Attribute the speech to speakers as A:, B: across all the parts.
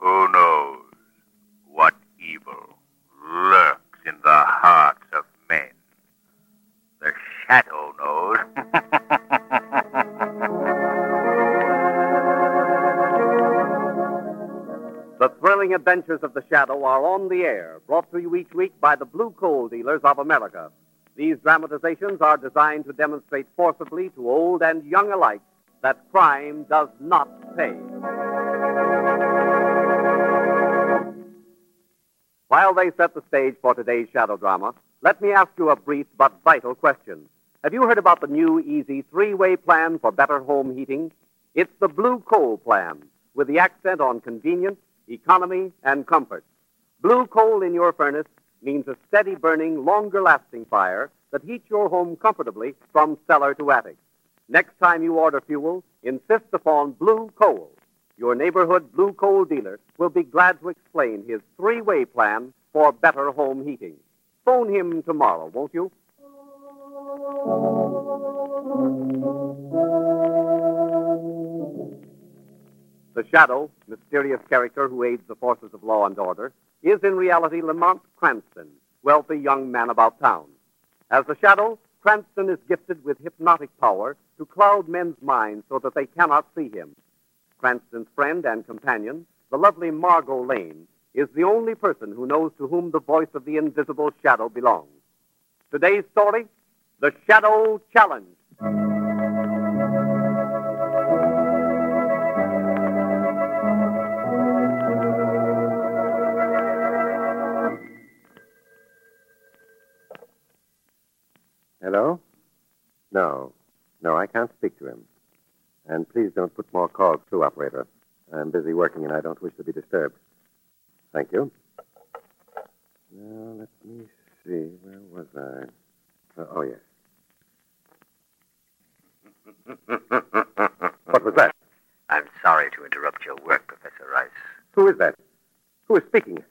A: Who knows what evil lurks in the hearts of men? The shadow knows.
B: The thrilling adventures of the shadow are on the air, brought to you each week by the Blue Coal Dealers of America. These dramatizations are designed to demonstrate forcibly to old and young alike that crime does not pay. While they set the stage for today's shadow drama, let me ask you a brief but vital question. Have you heard about the new easy three-way plan for better home heating? It's the Blue Coal plan, with the accent on convenience, economy, and comfort. Blue coal in your furnace means a steady burning, longer lasting fire that heats your home comfortably from cellar to attic. Next time you order fuel, insist upon blue coal. Your neighborhood blue coal dealer will be glad to explain his three way plan for better home heating. Phone him tomorrow, won't you? The Shadow, mysterious character who aids the forces of law and order, is in reality Lamont Cranston, wealthy young man about town. As the Shadow, Cranston is gifted with hypnotic power to cloud men's minds so that they cannot see him. Cranston's friend and companion, the lovely Margot Lane, is the only person who knows to whom the voice of the invisible shadow belongs. Today's story, The Shadow Challenge.
C: Hello? No. No, I can't speak to him. And please don't put more calls through, operator. I'm busy working and I don't wish to be disturbed. Thank you. Now, let me see. Where was I? Uh, oh, yes. What was that?
A: I'm sorry to interrupt your work, Professor Rice.
C: Who is that? Who is speaking?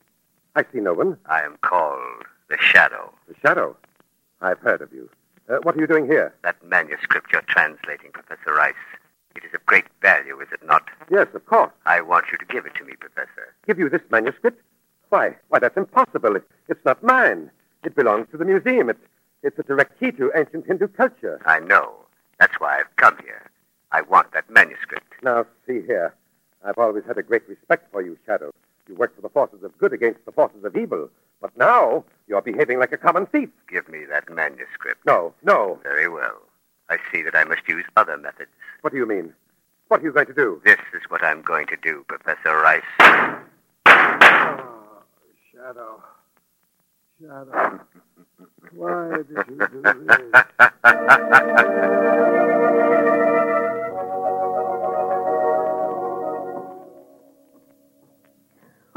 C: I see no one.
A: I am called the Shadow.
C: The shadow. I've heard of you. Uh, what are you doing here?
A: That manuscript you're translating, Professor Rice, it is of great value, is it not?
C: Yes, of course.
A: I want you to give it to me, Professor.
C: Give you this manuscript? Why, why, that's impossible. It, it's not mine. It belongs to the museum. It's, it's a direct key to ancient Hindu culture.
A: I know. That's why I've come here. I want that manuscript.
C: Now, see here. I've always had a great respect for you, Shadow. You work for the forces of good against the forces of evil. But now, you're behaving like a common thief.
A: Give me that manuscript.
C: No, no.
A: Very well. I see that I must use other methods.
C: What do you mean? What are you going to do?
A: This is what I'm going to do, Professor Rice.
D: Shadow. Shadow. Why did you do this?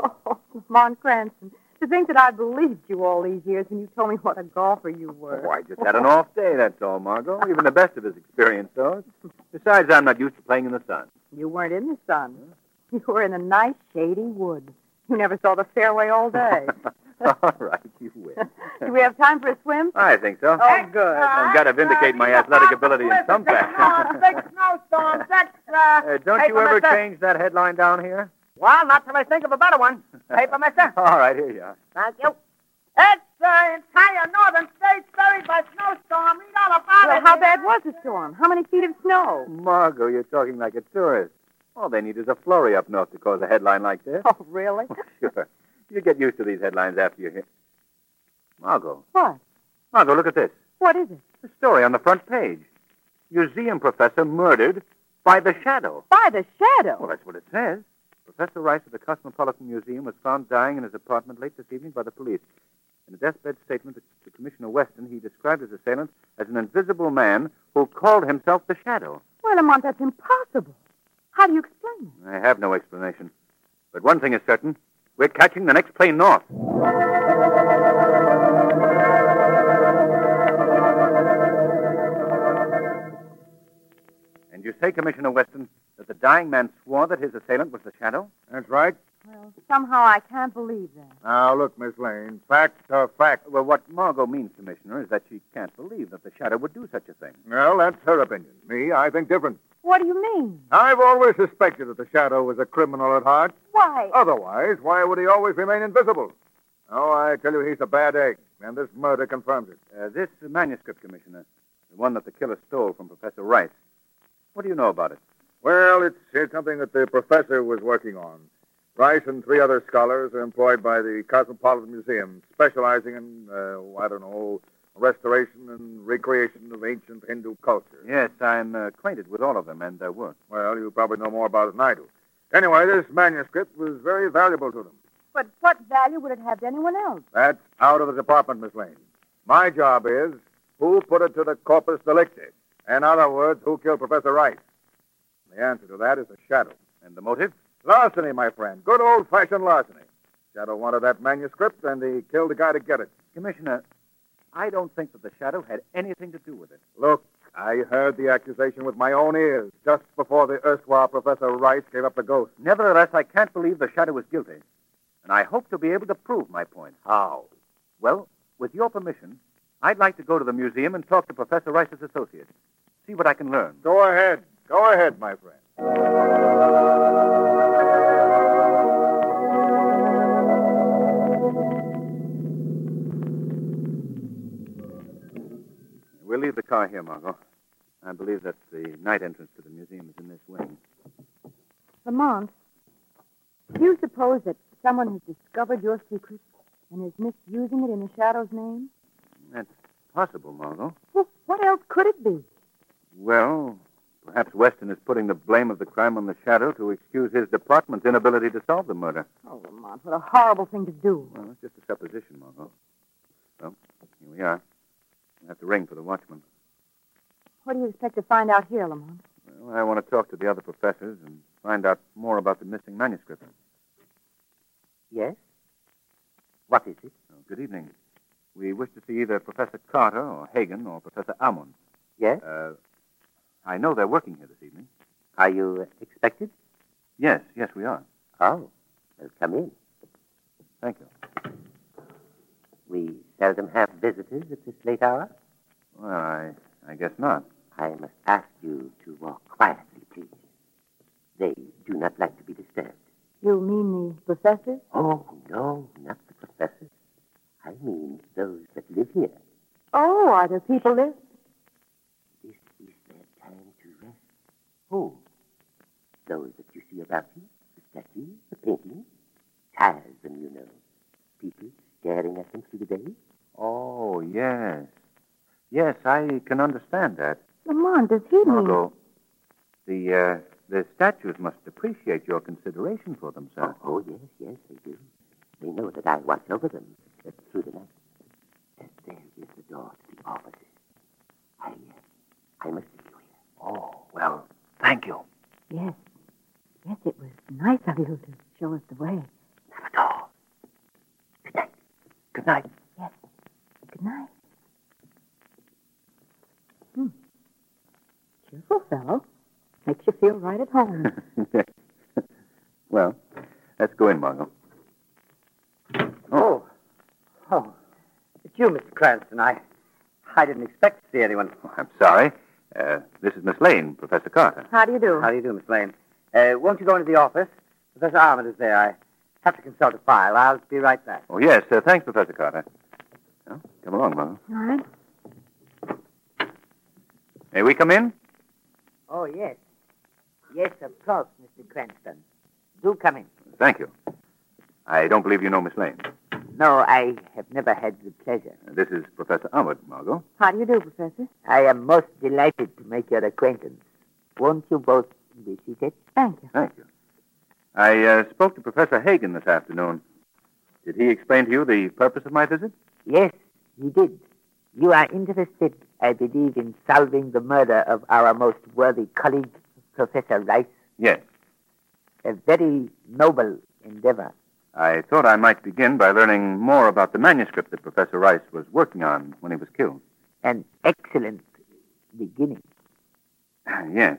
E: Oh, Lamont Cranston, to think that I believed you all these years when you told me what a golfer you were.
F: Oh, I just had an off day, that's all, Margot. Even the best of us experience those. Besides, I'm not used to playing in the sun.
E: You weren't in the sun. You were in a nice, shady wood. You never saw the fairway all day.
F: all right, you win.
E: Do we have time for a swim?
F: I think so.
E: Oh, good.
F: I've got to vindicate my athletic ability in some fashion.
E: snowstorm, sex,
F: Uh, don't you ever change that headline down here?
E: Well, not till I think of a better one. Paper, mister.
F: All right, here you are.
E: Thank you. It's the entire northern states buried by snowstorm. Read all about well, it. How bad was the storm? How many feet of snow?
F: Margot, you're talking like a tourist. All they need is a flurry up north to cause a headline like this.
E: Oh, really?
F: Sure. You get used to these headlines after you hear. Margot,
E: What?
F: Margot, look at this.
E: What is it?
F: The story on the front page. Museum professor murdered by the shadow.
E: By the shadow.
F: Well, that's what it says. Professor Rice of the Cosmopolitan Museum was found dying in his apartment late this evening by the police. In a deathbed statement to Commissioner Weston, he described his assailant as an invisible man who called himself the Shadow.
E: Well, Lamont, that's impossible. How do you explain
F: I have no explanation. But one thing is certain we're catching the next plane north. And you say, Commissioner Weston, that the dying man swore that his assailant was the Shadow?
C: That's right.
E: it? Well, somehow I can't believe that.
C: Now, look, Miss Lane. Facts are facts.
F: Well, what Margot means, Commissioner, is that she can't believe that the Shadow would do such a thing.
C: Well, that's her opinion. Me, I think different.
E: What do you mean?
C: I've always suspected that the Shadow was a criminal at heart.
E: Why? oh,
C: Otherwise, why would he always remain invisible? Oh, I tell you, he's a bad egg, and this murder confirms it.
F: Uh, this manuscript, Commissioner, the one that the killer stole from Professor Rice, what do you know about it?
C: Well, it's, it's something that the professor was working on. Rice and three other scholars are employed by the Cosmopolitan Museum, specializing in, uh, I don't know, restoration and recreation of ancient Hindu culture.
F: Yes, I'm uh, acquainted with all of them and their work.
C: Well, you probably know more about it than I do. Anyway, this manuscript was very valuable to them.
E: But what value would it have to anyone else?
C: That's out of the department, Miss Lane. My job is who put it to the corpus delicti. In other words, who killed Professor Rice? The answer to that is the shadow.
F: And the motive?
C: Larceny, my friend. Good old fashioned larceny. Shadow wanted that manuscript, and he killed the guy to get it.
F: Commissioner, I don't think that the Shadow had anything to do with it.
C: Look, I heard the accusation with my own ears just before the erstwhile Professor Rice gave up the ghost.
F: Nevertheless, I can't believe the Shadow was guilty. And I hope to be able to prove my point.
C: How?
F: Well, with your permission, I'd like to go to the museum and talk to Professor Rice's associate. See what I can learn.
C: Go ahead. Go ahead, my friend.
F: We'll leave the car here, Margot. I believe that the night entrance to the museum is in this wing.
E: Lamont, do you suppose that someone has discovered your secret and is misusing it in the shadow's name?
F: That's possible, Margot.
E: Well, what else could it be?
F: Well, perhaps Weston is putting the blame of the crime on the Shadow to excuse his department's inability to solve the murder.
E: Oh, Lamont, what a horrible thing to do.
F: Well, that's just a supposition, Margot. Well, here we are. We'll have to ring for the watchman.
E: What do you expect to find out here, Lamont?
F: Well, I want to talk to the other professors and find out more about the missing manuscript.
G: Yes? What is it?
F: Oh, good evening. We wish to see either Professor Carter or Hagen or Professor Amund.
G: Yes?
F: Uh, I know they're working here this evening.
G: Are you uh, expected?
F: Yes, yes, we are.
G: Oh, well, come in.
F: Thank you.
G: We seldom have visitors at this late hour.
F: Well, I, I guess not.
G: I must ask you to walk quietly, please. They do not like to be disturbed.
E: You mean the professors?
G: Oh, no, not the professors. I mean those that live here.
E: Oh, are there people there?
G: This is their time to rest.
F: Oh.
G: Who? Those that you see about you, the statues, the paintings. Tires them, you know. People staring at them through the day.
F: Oh, yes. Yes, I can understand that.
E: Lamont, does he mean...
F: Margot, the, uh, the statues must appreciate your consideration for them, sir.
G: Oh, yes, yes, they do. They know that I watch over them uh, through the night. And there is the door to the offices. I, uh, I must see you here.
F: Oh, well, thank you.
E: Yes. Yes, it was nice of you to show us the way.
G: Not at all. Good night. Good night.
E: Good night. Hmm. Cheerful fellow. Makes you feel right at home.
F: well, let's go in, Margot.
H: Oh. Oh. It's you, Mr. Cranston. I I didn't expect to see anyone.
F: I'm sorry. Uh, this is Miss Lane, Professor Carter.
E: How do you do?
H: How do you do, Miss Lane? Uh, won't you go into the office? Professor Armand is there. I have to consult a file. I'll be right back.
F: Oh, yes. Uh, thanks, Professor Carter. Well, come along, Margot.
E: All right.
F: May we come in?
H: Oh, yes. Yes, of course, Mr. Cranston. Do come in.
F: Thank you. I don't believe you know Miss Lane.
I: No, I have never had the pleasure.
F: This is Professor Armwood, Margot.
E: How do you do, Professor?
I: I am most delighted to make your acquaintance. Won't you both be seated?
E: Thank you.
F: Thank you. I uh, spoke to Professor Hagen this afternoon. Did he explain to you the purpose of my visit?
I: Yes, he did. You are interested, I believe, in solving the murder of our most worthy colleague, Professor Rice.
F: Yes.
I: A very noble endeavor.
F: I thought I might begin by learning more about the manuscript that Professor Rice was working on when he was killed.
I: An excellent beginning.
F: yes.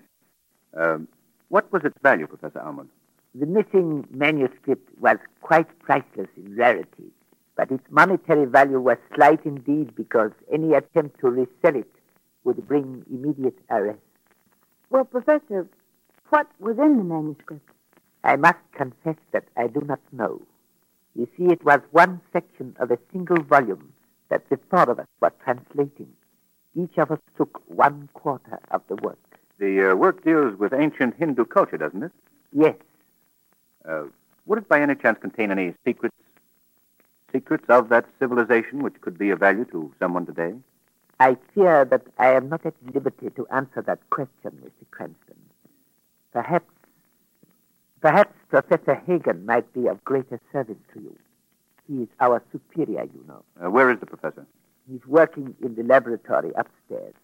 F: Um, what was its value, Professor Armand?
I: The missing manuscript was quite priceless in rarity, but its monetary value was slight indeed because any attempt to resell it would bring immediate arrest.
E: Well, Professor, what was in the manuscript?
I: I must confess that I do not know. You see, it was one section of a single volume that the four of us were translating. Each of us took one quarter of the work.
F: The uh, work deals with ancient Hindu culture, doesn't it?
I: Yes,
F: Uh, would it by any chance contain any secrets? Secrets of that civilization which could be of value to someone today?
I: I fear that I am not at liberty to answer that question, Mr. Cranston. Perhaps, perhaps Professor Hagen might be of greater service to you. He is our superior, you know.
F: Uh, where is the professor?
I: He's working in the laboratory upstairs.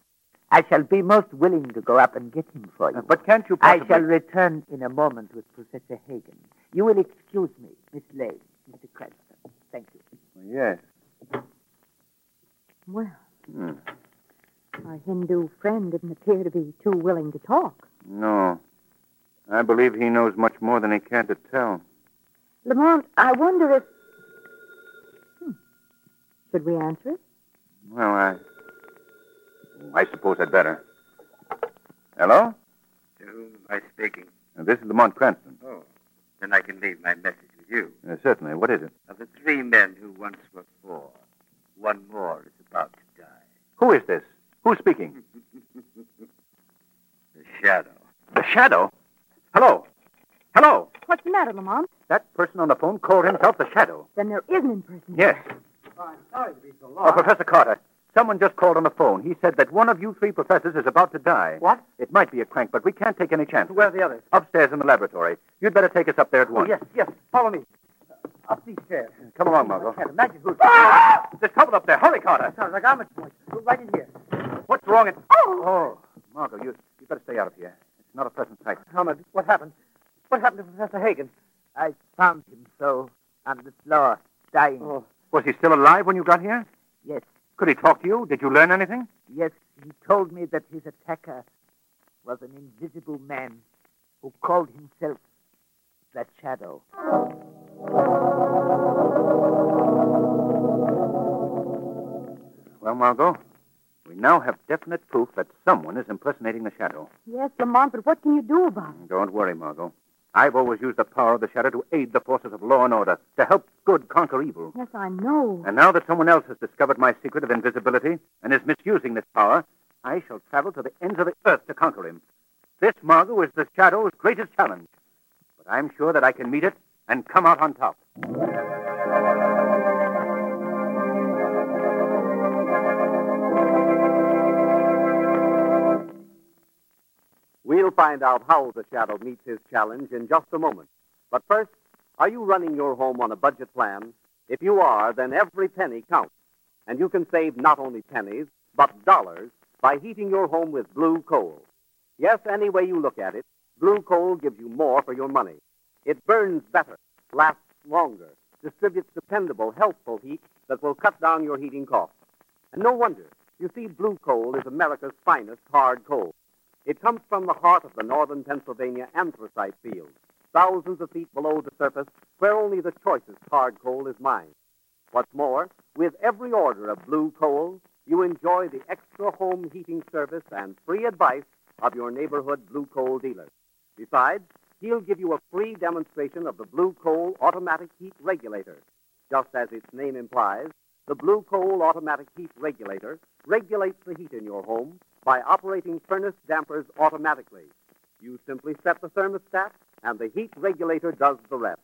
I: I shall be most willing to go up and get him for you.
F: Uh, but can't you
I: I
F: possibly...
I: shall return in a moment with Professor Hagen. You will excuse me, Miss Lane, Mr. Cranston. Thank you.
F: Yes.
E: Well,
F: Hmm.
E: our Hindu friend didn't appear to be too willing to talk.
F: No. I believe he knows much more than he care to tell.
E: Lamont, I wonder if. Hmm. Should we answer it?
F: Well, I... I suppose I'd better. Hello?
J: To whom am I speaking?
F: Uh, this is Lamont Cranston.
J: Oh, then I can leave my message with you.
F: Uh, certainly. What is it?
J: Of the three men who once were four, one more is about to die.
F: Who is this? Who's speaking?
J: The shadow.
F: The Shadow? Hello? Hello?
E: What's the matter, Lamont?
F: That person on the phone called himself the Shadow.
E: Then there is an impersonator.
F: Yes.
H: I'm sorry to be so
F: Oh, Professor Carter, someone just called on the phone. He said that one of you three professors is about to die.
H: What?
F: It might be a crank, but we can't take any chances.
H: Where are the others?
F: Upstairs in the laboratory. You'd better take us up there at
H: Oh,
F: once.
H: yes, yes. Follow me. Uh, Up these stairs.
F: Come along,
H: I
F: Margot. Ah!
H: can't imagine who's...
F: There's trouble up there. Hurry, Carter.
H: Sorry, I got much point. Go Right in here.
F: What's wrong? At... Oh! Oh, Margot, you, you better stay out of here. It's not a pleasant sight.
H: Ahmed, what happened? What happened to Professor Hagen?
I: I found him so on the floor, dying.
H: Oh,
F: Was he still alive when you got here?
I: Yes,
F: Could he talk to you? Did you learn anything?
I: yes, he told me that his attacker was an invisible man who called himself the Shadow.
F: Well, Margot, we now have definite proof that someone is impersonating the Shadow.
E: Yes, Lamont, but what can you do about it?
F: Don't worry, Margot. I've always used the power of the Shadow to aid the forces of law and order, to help good conquer evil.
E: Yes, I know.
F: And now that someone else has discovered my secret of invisibility and is misusing this power, I shall travel to the ends of the earth to conquer him. This, Margot, is the Shadow's greatest challenge. But I'm sure that I can meet it and come out on top.
B: We'll find out how the shadow meets his challenge in just a moment. But first, are you running your home on a budget plan? If you are, then every penny counts. And you can save not only pennies, but dollars by heating your home with blue coal. Yes, any way you look at it, blue coal gives you more for your money. It burns better, lasts longer, distributes dependable, healthful heat that will cut down your heating costs. And no wonder. You see, blue coal is America's finest hard coal. It comes from the heart of the northern Pennsylvania anthracite fields, thousands of feet below the surface, where only the choicest hard coal is mined. What's more, with every order of blue coal, you enjoy the extra home heating service and free advice of your neighborhood blue coal dealer. Besides, he'll give you a free demonstration of the blue coal automatic heat regulator. Just as its name implies, the Blue Coal Automatic Heat Regulator regulates the heat in your home by operating furnace dampers automatically. You simply set the thermostat, and the heat regulator does the rest.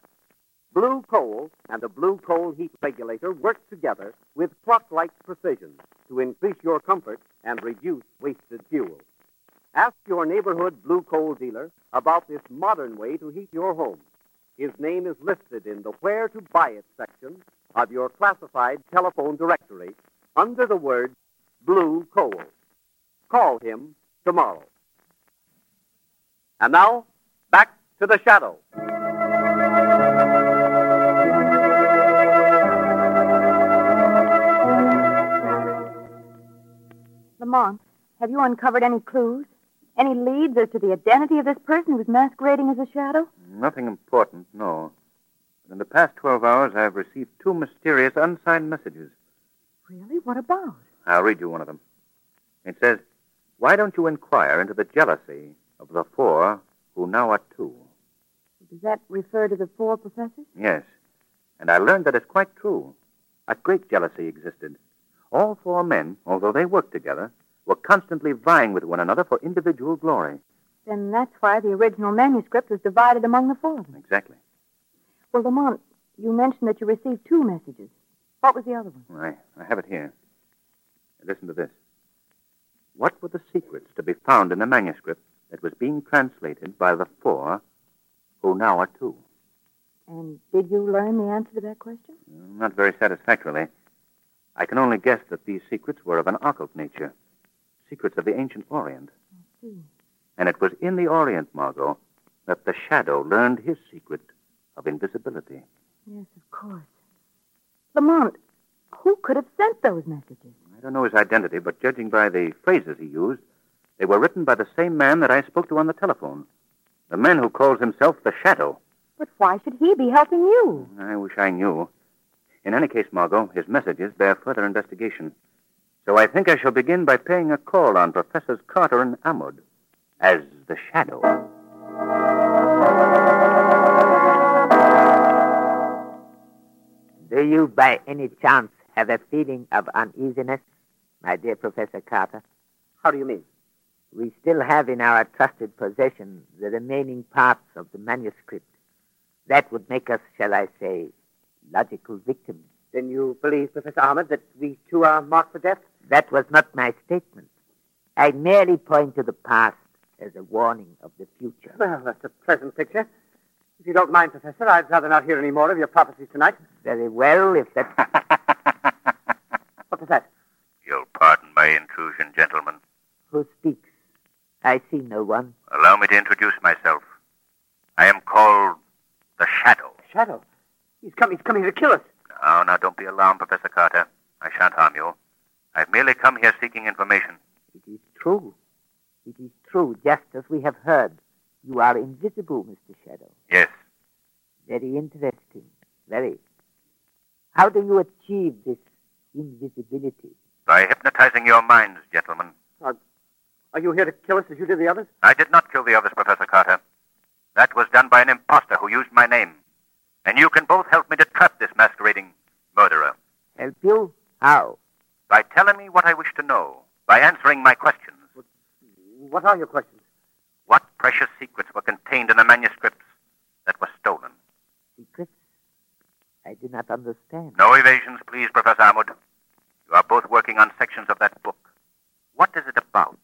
B: Blue coal and the blue coal heat regulator work together with clock like precision to increase your comfort and reduce wasted fuel. Ask your neighborhood blue coal dealer about this modern way to heat your home. His name is listed in the Where to Buy It section of your classified telephone directory under the word Blue Coal. Call him tomorrow. And now, back to the shadow.
E: Lamont, have you uncovered any clues? Any leads as to the identity of this person who's masquerading as a shadow?
F: Nothing important, no. But in the past 12 hours, I have received two mysterious unsigned messages.
E: Really? What about?
F: I'll read you one of them. It says, Why don't you inquire into the jealousy of the four who now are two?
E: Does that refer to the four professors?
F: Yes. And I learned that it's quite true. A great jealousy existed. All four men, although they worked together, were constantly vying with one another for individual glory.
E: Then that's why the original manuscript was divided among the four of them.
F: Exactly.
E: Well, Lamont, you mentioned that you received two messages. What was the other one?
F: I, I have it here. Listen to this. What were the secrets to be found in the manuscript that was being translated by the four who now are two?
E: And did you learn the answer to that question?
F: Not very satisfactorily. I can only guess that these secrets were of an occult nature, secrets of the ancient Orient.
E: see.
F: And it was in the Orient, Margot, that the Shadow learned his secret of invisibility.
E: Yes, of course. Lamont, who could have sent those messages?
F: I don't know his identity, but judging by the phrases he used, they were written by the same man that I spoke to on the telephone. The man who calls himself the Shadow.
E: But why should he be helping you?
F: I wish I knew. In any case, Margot, his messages bear further investigation. So I think I shall begin by paying a call on Professors Carter and Amod as the Shadow.
I: Do you, by any chance, have a feeling of uneasiness, my dear Professor Carter?
B: How do you mean?
I: We still have in our trusted possession the remaining parts of the manuscript. That would make us, shall I say, logical victims.
H: Then you believe, Professor Ahmed, that we two are marked for death?
I: That was not my statement. I merely point to the past as a warning of the future.
H: Well, that's a pleasant picture. If you don't mind, Professor, I'd rather not hear any more of your prophecies tonight.
I: Very well, if that.
H: What was that?
J: You'll pardon my intrusion, gentlemen.
I: Who speaks? I see no one.
J: Allow me to introduce myself. I am called the Shadow.
H: Shadow. He's, come, he's coming to kill us.
J: Now, now, don't be alarmed, Professor Carter. I shan't harm you. I've merely come here seeking information.
I: It is true. It is true, just as we have heard. You are invisible, Mr. Shadow.
J: Yes,
I: Very interesting. Very. How do you achieve this invisibility?
J: by hypnotizing your minds, gentlemen.
H: Are you here to kill us as you did the others?
J: I did not kill the others, Professor Carter. That was done by an impostor who used my name. And you can both help me to trap this masquerading murderer
I: Help you? How?
J: by telling me what I wish to know, by answering my questions.
H: What are your questions?
J: What precious secrets were contained in the manuscripts that were stolen?
I: Secrets? I do not understand.
J: No evasions, please, Professor Armwood. You are both working on sections of that book. What is it about?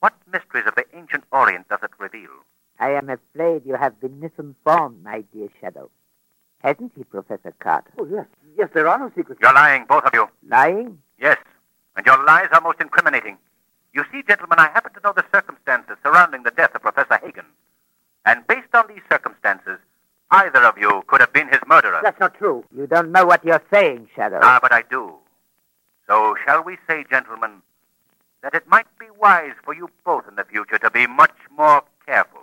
J: What mysteries of the ancient Orient does it reveal?
I: I am afraid you have been misinformed, my dear Shadow. Hasn't he, Professor Carter?
H: Oh, yes. Yes, there are no secrets.
J: You're lying, both of you.
I: Lying?
J: Yes, and your lies are most incriminating. You see, gentlemen, I happen to know the circumstances surrounding the death of Professor Hagen. And based on these circumstances, either of you could have been his murderer.
H: That's not true.
I: You don't know what you're saying, Shadow.
J: Ah, but I do. So shall we say, gentlemen, that it might be wise for you both in the future to be much more careful.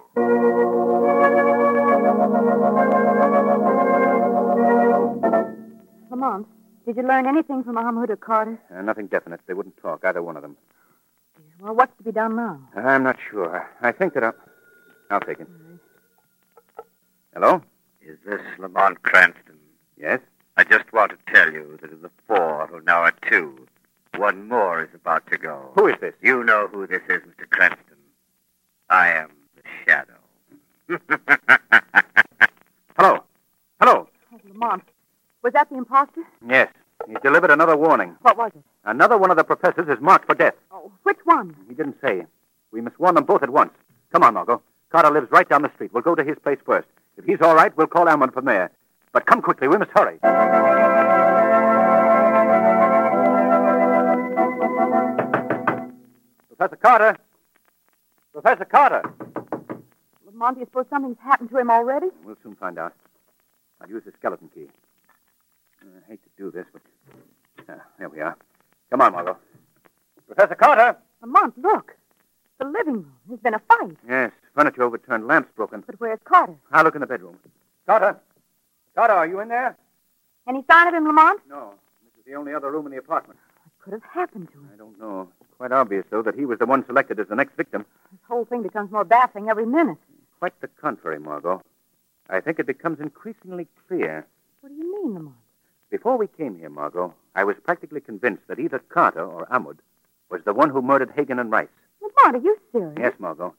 E: Lamont, did you learn anything from Ahmed or Carter?
F: Uh, nothing definite. They wouldn't talk, either one of them.
E: Well, what's to be done now?
F: I'm not sure. I think that I'll... I'll take it. Hello?
A: Is this Lamont Cranston?
F: Yes?
A: I just want to tell you that of the four who now are two, one more is about to go.
F: Who is this?
A: You know who this is, Mr. Cranston. I am the shadow.
F: Hello? Hello?
E: Oh,
F: Yes. He's delivered another warning.
E: What was it?
F: Another one of the professors is marked for death.
E: Oh, Which one?
F: He didn't say. We must warn them both at once. Come on, Margot. Carter lives right down the street. We'll go to his place first. If he's all right, we'll call Almond from there. But come quickly. We must hurry. Professor Carter. Professor Carter.
E: Lamont, do you suppose something's happened to him already?
F: We'll soon find out. I'll use the skeleton key. Uh, I hate to do this, but Ah, there we are. Come on, Margot. Professor Carter.
E: Lamont, look. The living room. There's been a fight.
F: Yes, furniture overturned, lamps broken.
E: But where's Carter?
F: I'll look in the bedroom. Carter. Carter, are you in there?
E: Any sign of him, Lamont?
F: No. This is the only other room in the apartment.
E: Could have happened to him.
F: I don't know. It's quite obvious, though, that he was the one selected as the next victim.
E: This whole thing becomes more baffling every minute.
F: Quite the contrary, Margot. I think it becomes increasingly clear.
E: What do you mean, Lamont?
F: Before we came here, Margot, I was practically convinced that either Carter or Amud was the one who murdered Hagen and Rice.
E: Lamont, are you serious?
F: Yes, Margot.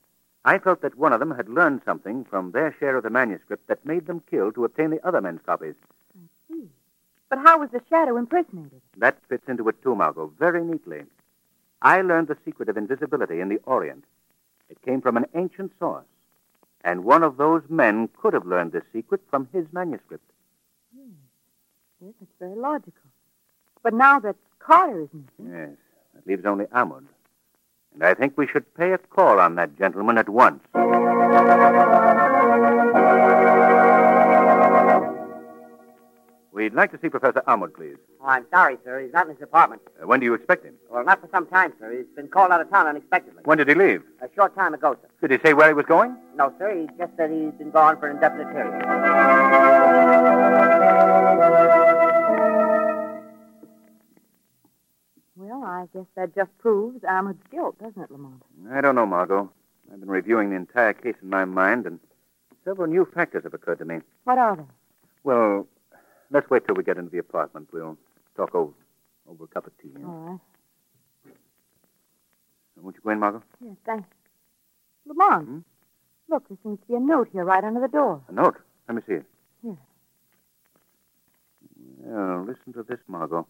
F: I felt that one of them had learned something from their share of the manuscript that made them kill to obtain the other men's copies.
E: But how was the shadow impersonated?
F: That fits into it too, Margot, very neatly. I learned the secret of invisibility in the Orient. It came from an ancient source, and one of those men could have learned this secret from his manuscript.
E: Yes, it's very logical. But now that Carter is missing,
F: Yes, that leaves only Amund. And I think we should pay a call on that gentleman at once. We'd like to see Professor Amund, please.
H: Oh, I'm sorry, sir. He's not in his apartment.
F: Uh, when do you expect him?
H: Well, not for some time, sir. He's been called out of town unexpectedly.
F: When did he leave?
H: A short time ago, sir.
F: Did he say where he was going?
H: No, sir. He just said he's been gone for an indefinite period.
E: well, I guess that just proves Ahmed's guilt, doesn't it, Lamont?
F: I don't know, Margot. I've been reviewing the entire case in my mind, and several new factors have occurred to me.
E: What are they?
F: Well, let's wait till we get into the apartment. We'll talk over, over a cup of tea.
E: All right.
F: Won't you go in, Margot?
E: Yes, thanks. Lamont, look, there seems to be a note here right under the door.
F: A note. Let me see it.
E: Here.
F: Well, listen to this, Margot.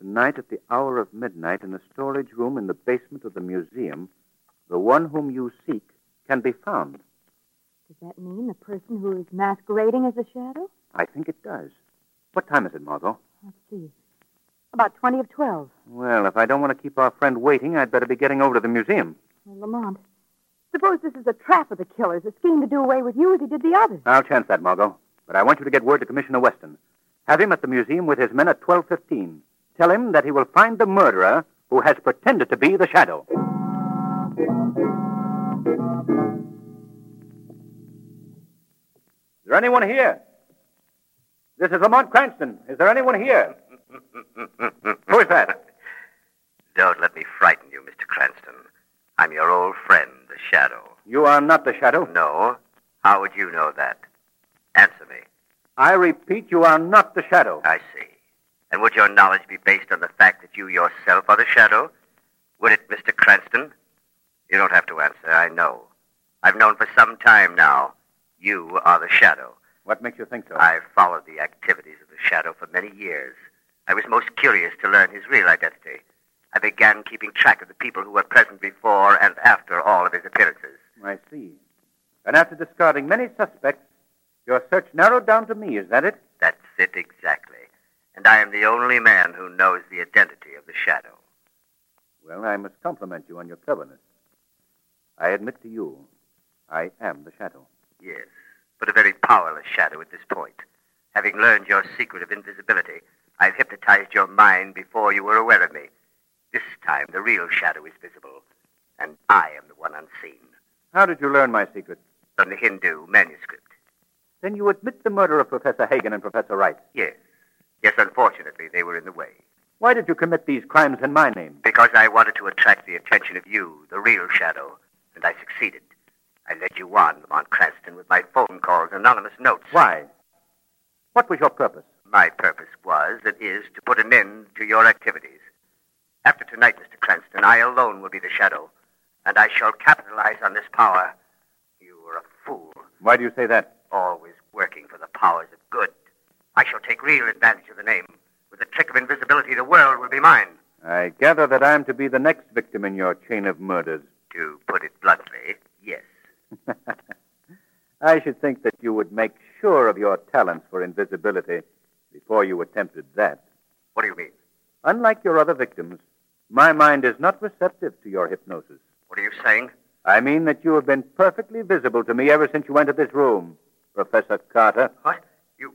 F: Tonight at the hour of midnight in the storage room in the basement of the museum, the one whom you seek can be found.
E: Does that mean the person who is masquerading as the shadow?
F: I think it does. What time is it, Margot?
E: Let's see. About 20 of 12.
F: Well, if I don't want to keep our friend waiting, I'd better be getting over to the museum.
E: Well, Lamont, suppose this is a trap of the killers, a scheme to do away with you as he did the others.
F: I'll chance that, Margot. But I want you to get word to Commissioner Weston. Have him at the museum with his men at 12.15. Tell him that he will find the murderer who has pretended to be the shadow. Is there anyone here? This is Lamont Cranston. Is there anyone here? Who is that?
A: Don't let me frighten you, Mr. Cranston. I'm your old friend, the Shadow.
F: You are not the shadow?
A: No. How would you know that? Answer me.
F: I repeat, you are not the shadow.
A: I see. And would your knowledge be based on the fact that you yourself are the Shadow? Would it, Mr. Cranston? You don't have to answer, I know. I've known for some time now you are the Shadow.
F: What makes you think so?
A: I've followed the activities of the Shadow for many years. I was most curious to learn his real identity. I began keeping track of the people who were present before and after all of his appearances.
F: I see. And after discarding many suspects, your search narrowed down to me, is that it?
A: That's it exactly. And I am the only man who knows the identity of the Shadow.
F: Well, I must compliment you on your cleverness. I admit to you, I am the shadow.
A: Yes, but a very powerless shadow at this point. Having learned your secret of invisibility, I've hypnotized your mind before you were aware of me. This time, the real shadow is visible, and I am the one unseen.
F: How did you learn my secret?
A: From the Hindu manuscript.
F: Then you admit the murder of Professor Hagen and Professor Wright.
A: Yes. Yes, unfortunately, they were in the way.
F: Why did you commit these crimes in my name?
A: Because I wanted to attract the attention of you, the real shadow, and I succeeded. I led you on, Lamont Cranston, with my phone calls, anonymous notes.
F: Why? What was your purpose?
A: My purpose was and is to put an end to your activities. After tonight, Mr. Cranston, I alone will be the shadow, and I shall capitalize on this power. You are a fool,
F: Why do you say that?
A: always working for the powers of good. I shall take real advantage of the name, guilty, the world will be mine.
F: I gather that I'm to be the next victim in your chain of murders.
A: To put it bluntly, yes.
F: I should think that you would make sure of your talents for invisibility before you attempted that.
A: What do you mean?
F: Unlike your other victims, my mind is not receptive to your hypnosis.
A: What are you saying?
F: I mean that you have been perfectly visible to me ever since you entered this room, Professor Carter.
A: What? You,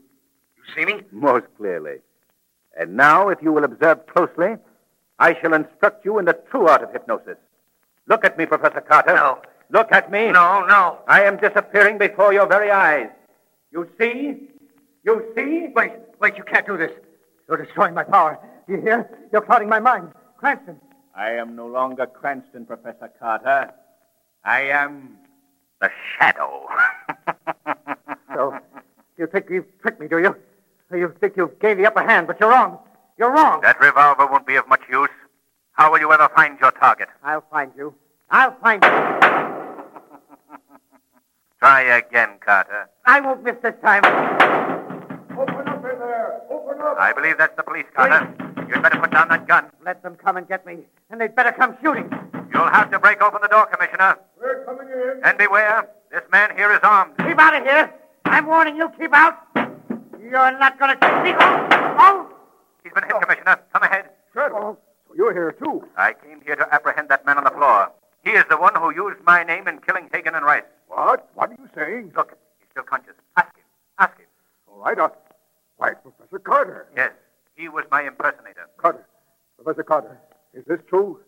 A: you see me?
F: Most clearly. And now, if you will observe closely, I shall instruct you in the true art of hypnosis. Look at me, Professor Carter.
A: No.
F: Look at me.
A: No, no.
F: I am disappearing before your very eyes. You see? You see?
D: Wait, wait, you can't do this. You're destroying my power. You hear? You're clouding my mind. Cranston.
F: I am no longer Cranston, Professor Carter. I am
A: the shadow.
D: so, you think you've tricked me, do you? You think you've gained the upper hand, but you're wrong. You're wrong.
J: That revolver won't be of much use. How will you ever find your target?
D: I'll find you. I'll find you.
J: Try again, Carter.
D: I won't miss this time.
C: Open up in there! Open up!
J: I believe that's the police, Carter. You'd better put down that gun.
D: Let them come and get me, and they'd better come shooting.
J: You'll have to break open the door, Commissioner.
C: We're coming in.
J: And beware, this man here is armed.
D: Keep out of here! I'm warning you, keep out! You're not gonna keep me. Oh! Oh!
J: He's been hit, Commissioner. Come ahead. Oh.
C: Shadow, so you're here too.
J: I came here to apprehend that man on the floor. He is the one who used my name in killing Hagen and Rice.
C: What? What are you saying?
J: Look, he's still conscious. Ask him. Ask him.
C: All right, uh, why, it's Professor Carter.
J: Yes, he was my impersonator.
C: Carter. Professor Carter, is this true? Uh,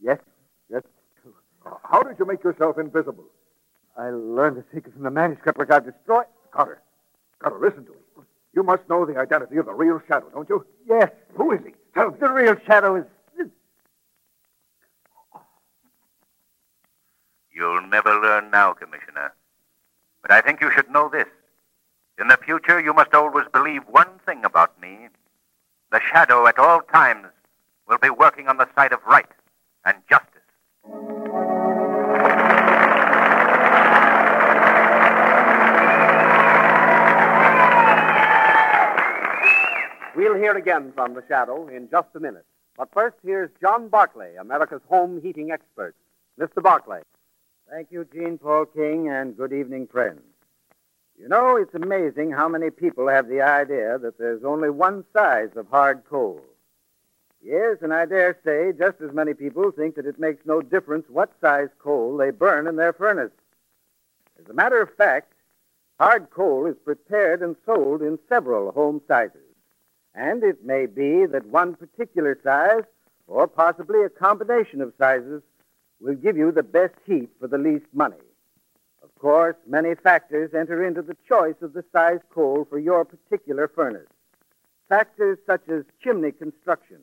H: Yes, yes, true.
C: How did you make yourself invisible?
H: I learned the secret from the manuscript which I've destroyed.
C: Carter, Carter, listen to me. You must know the identity of the real shadow, don't you?
H: Yes.
C: Who is he? Tell me.
H: The real shadow is.
J: You'll never learn now, Commissioner. But I think you should know this. In the future, you must always believe one thing about me. The shadow at all times will be working on the side of right and justice.
B: We'll hear again from the shadow in just a minute. But first, here's John Barclay, America's home heating expert. Mr. Barclay.
H: Thank you, Jean Paul King, and good evening, friends. You know, it's amazing how many people have the idea that there's only one size of hard coal. Yes, and I dare say just as many people think that it makes no difference what size coal they burn in their furnace. As a matter of fact, hard coal is prepared and sold in several home sizes. And it may be that one particular size, or possibly a combination of sizes, will give you the best heat for the least money. Of course, many factors enter into the choice of the size coal for your particular furnace. Factors such as chimney construction,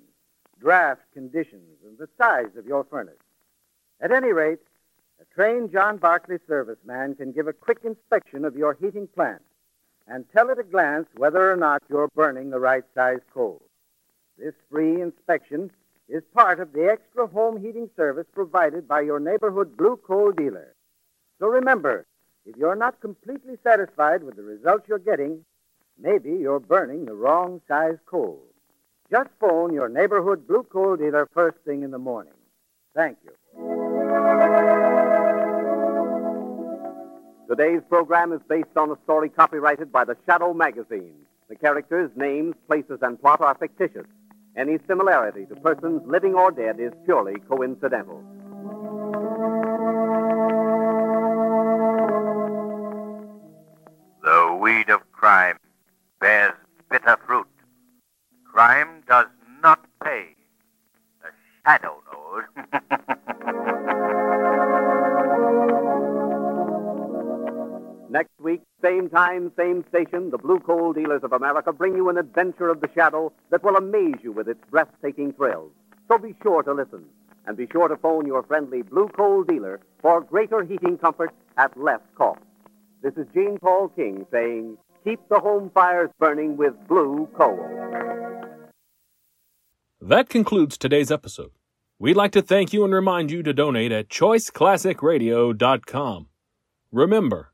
H: draft conditions, and the size of your furnace. At any rate, a trained John Barclay serviceman can give a quick inspection of your heating plant and tell at a glance whether or not you're burning the right size coal. This free inspection is part of the extra home heating service provided by your neighborhood blue coal dealer. So remember, if you're not completely satisfied with the results you're getting, maybe you're burning the wrong size coal. Just phone your neighborhood blue coal dealer first thing in the morning. Thank you.
B: Today's program is based on a story copyrighted by the Shadow Magazine. The characters, names, places, and plot are fictitious. Any similarity to persons living or dead is purely coincidental.
J: The weed of crime bears bitter fruit. Crime does not pay. The shadow knows.
D: Oh.
B: Next week, same time, same station, the Blue Coal Dealers of America bring you an adventure of the shadow that will amaze you with its breathtaking thrills. So be sure to listen. And be sure to phone your friendly Blue Coal dealer for greater heating comfort at less cost. This is Gene Paul King saying, keep the home fires burning with blue coal.
K: That concludes today's episode. We'd like to thank you and remind you to donate at choiceclassicradio.com. Remember,